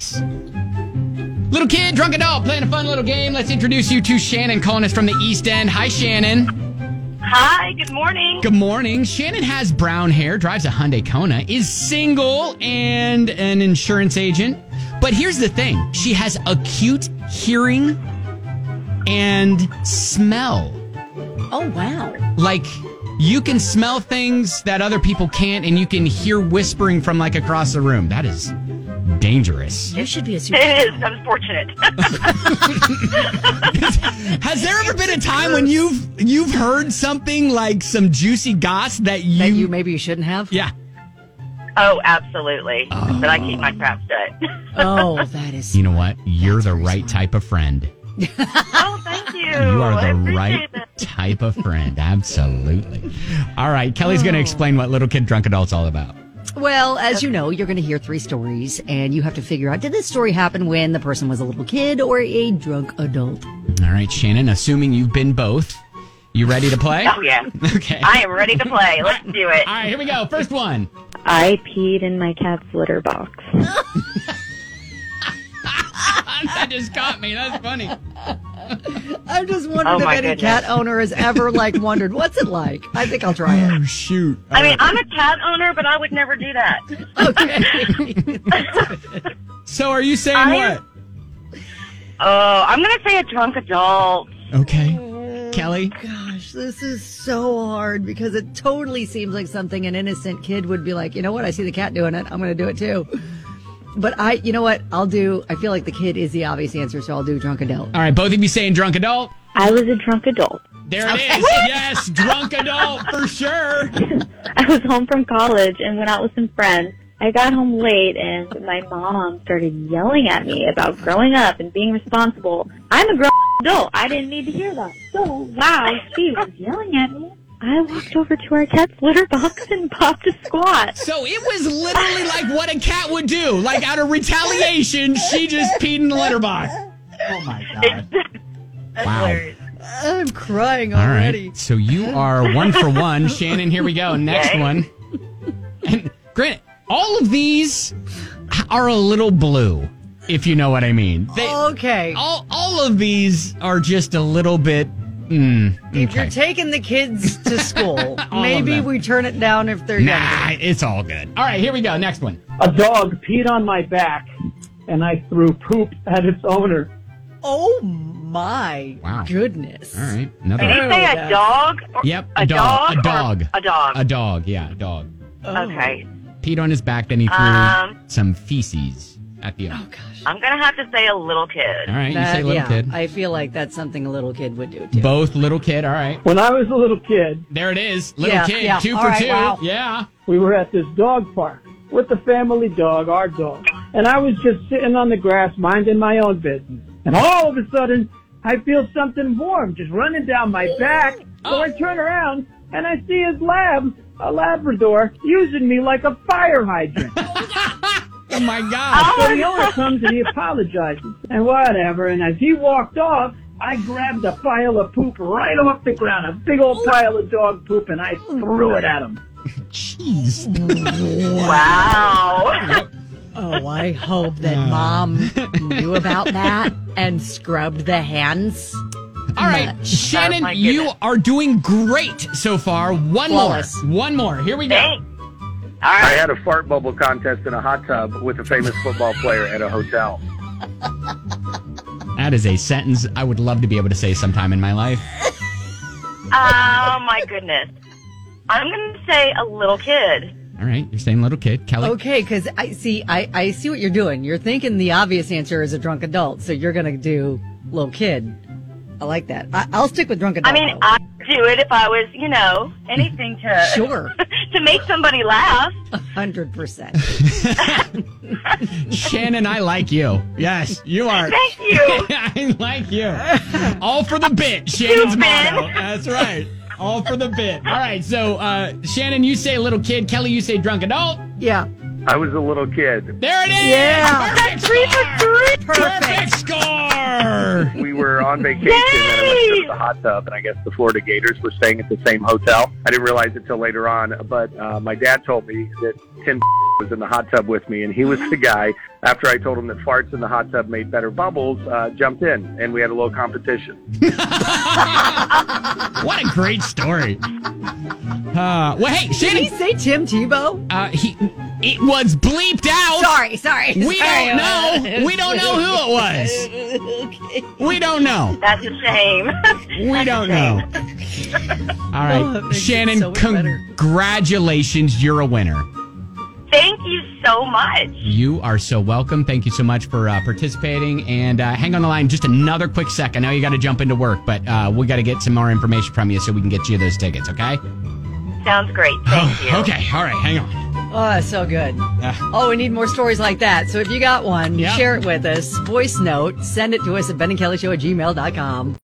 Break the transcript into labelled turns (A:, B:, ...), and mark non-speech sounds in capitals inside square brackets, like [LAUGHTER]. A: Yes. Little kid, drunk adult, playing a fun little game. Let's introduce you to Shannon calling us from the East End. Hi, Shannon.
B: Hi, good morning.
A: Good morning. Shannon has brown hair, drives a Hyundai Kona, is single and an insurance agent. But here's the thing she has acute hearing and smell.
C: Oh, wow.
A: Like, you can smell things that other people can't, and you can hear whispering from like across the room. That is dangerous.
C: You should be a super.
B: [LAUGHS] It is unfortunate. [LAUGHS]
A: Has there ever been a time when you've you've heard something like some juicy goss that you,
C: that you maybe you shouldn't have.
A: yeah
B: oh, absolutely. But I keep my trap shut.
C: [LAUGHS] Oh, that
A: [LAUGHS]
C: is.
A: you know what you're the right type of friend
B: [LAUGHS] oh, thank you.
A: you
B: I
A: are the
B: appreciate
A: right
B: that.
A: type of friend absolutely all right Kelly's going to explain what little kid drunk adult's all about
C: Well, as you know, you're going to hear three stories, and you have to figure out did this story happen when the person was a little kid or a drunk adult?
A: all right Shannon assuming you've been both you ready to play
B: Oh, yeah.
A: [LAUGHS] okay
B: I am ready to play. Let's do it.
A: all right here we go first one
D: I peed in my cat's litter box.
A: [LAUGHS] that just caught me that's funny
C: I'm just wondering
B: Oh,
C: if
B: my
C: any
B: goodness.
C: cat owner has
B: [LAUGHS]
C: ever like wondered what's it like. I think I'll try it.
A: oh shoot
B: I mean, I'm a cat owner, but I would never do that.
C: Okay.
A: so are you saying
B: I- Oh, I'm going to say a drunk adult.
A: what okay Kelly
C: Gosh, this is so hard because it totally seems like something an innocent kid would be like, you know what? I see the cat doing it. I'm going to do it too. But I, you know what? I'll do, I feel like the kid is the obvious answer, so I'll do drunk adult.
A: all right both of you saying drunk adult
D: I was a drunk adult. [LAUGHS]
A: There it is. Yes, drunk adult for sure.
D: I was home from college and went out with some friends. I got home late and my mom started yelling at me about growing up and being responsible. I'm a grown adult. I didn't need to hear that. So loud. She was yelling at me. I walked over to our cat's litter box and popped a squat.
A: So it was literally like what a cat would do. Like out of retaliation, she just peed in the litter box. Oh my god.
B: That's
A: Wow.
B: hilarious.
C: I'm crying
A: All
C: already.
A: right. So you are one for one. Shannon, here we go. Next
B: Yay.
A: one. And granted, all of these are a little blue, if you know what I mean. They,
C: Okay.
A: all, all of these are just a little bit. Mm,
C: If
A: okay.
C: you're taking the kids to
A: [LAUGHS]
C: school,
A: of
C: maybe
A: them.
C: we turn it down if they're younger.
A: Nah, it's all good. All right, here we go. Next one.
E: A dog peed on my back, and I threw poop at its owner.
C: Oh my
A: Wow.
C: goodness.
A: All right, another.
B: Did
A: one.
B: you say
C: Oh,
B: a dog? Or
A: Yep,
B: A, dog.
A: A dog.
B: or A dog.
A: A dog, yeah, a dog.
B: Okay.
A: Peed on his back, then he threw
B: Um,
A: some feces at the owner.
B: I'm going to have to say a little kid.
A: All right, you
C: That-
A: say little
C: yeah,
A: kid.
C: I feel like that's something a little kid would do too.
A: Both little kid, all right.
E: When I was a little kid,
A: There it is. Little
C: Yeah,
A: kid,
C: yeah,
A: two
C: all
A: for
C: right,
A: two.
C: wow.
A: Yeah.
E: we were at this dog park with the family dog, our dog, and I was just sitting on the grass minding my own business. And all of a sudden, I feel something warm just running down my back. So I turn around and I see his lab, a Labrador, using me like a fire hydrant.
A: Oh my god.
E: So the owner comes and he apologizes and whatever. And as he walked off, I grabbed a pile of poop right off the ground, a big old pile of dog poop, and I threw it at him.
A: Jeez.
B: Wow.
A: [LAUGHS]
B: [LAUGHS]
C: Oh, I hope that mom knew about that and scrubbed the hands.
A: All right,
B: Oh my
A: Shannon,
B: goodness.
A: you are doing great so far. One
C: Flawless.
A: more. One more. Here we go.
B: Thanks. All
F: I
B: right.
F: had a fart bubble contest in a hot tub with a famous football player at a hotel.
A: That is a sentence I would love to be able to say sometime in my life.
B: Oh, my goodness. I'm going to say a little kid.
A: All right, you're saying little kid. Kelly.
C: Okay, because I see, I, I see what you're doing. You're thinking the obvious answer is a drunk adult, so you're gonna do little kid. I like that. I, I'll stick with drunk
B: I
C: adult.
B: mean,
C: though.
B: I'd do it if I was, you know, anything to
C: sure,
B: [LAUGHS] to make somebody laugh.
C: hundred percent.
A: Shannon, I like you. Yes, you are. [LAUGHS]
B: Thank you.
A: I like you. All for the bit, Shannon's
B: Stupid.
A: motto. That's right. All for the bit. All right, so uh, Shannon, you say little kid. Kelly, you say drunk adult.
C: Yeah,
F: I was a little kid.
A: There it is.
C: Yeah.
A: Perfect
B: Three for
A: score.
B: three.
A: Perfect score.
F: We were on vacation and I went to the hot tub, and I guess the Florida Gators were staying at the same hotel. I didn't realize it till later on, but uh, my dad told me that Tim [LAUGHS] was in the hot tub with me, and he was the guy. After I told him that farts in the hot tub made better bubbles, uh, jumped in, and we had a little competition.
A: What a great story. Uh, well, hey,
C: Did he
A: Shannon,
C: say Tim Tebow?
A: uh, he, it was bleeped out.
C: Sorry, sorry.
A: We
C: sorry.
A: don't know. We don't know who it was.
C: okay. [LAUGHS]
A: We don't know.
B: That's a shame. [LAUGHS]
A: We don't know. All
C: Oh,
A: right,
C: that makes it
A: Shannon,
C: so much better.
A: congratulations. You're a winner.
B: Thank you so much.
A: You are so welcome. Thank you so much for uh, participating. And uh, hang on the line just another quick sec. I know you got to jump into work, but uh, we got to get some more information from you so we can get you those tickets, okay?
B: Sounds great. Thank you.
A: Oh, Okay. All right. Hang on.
C: Oh, so good.
A: Ah.
C: Oh, we need more stories like that. So if you got one,
A: Yeah.
C: share it with us. Voice note, send it to us at benandkellyshow at gmail.com.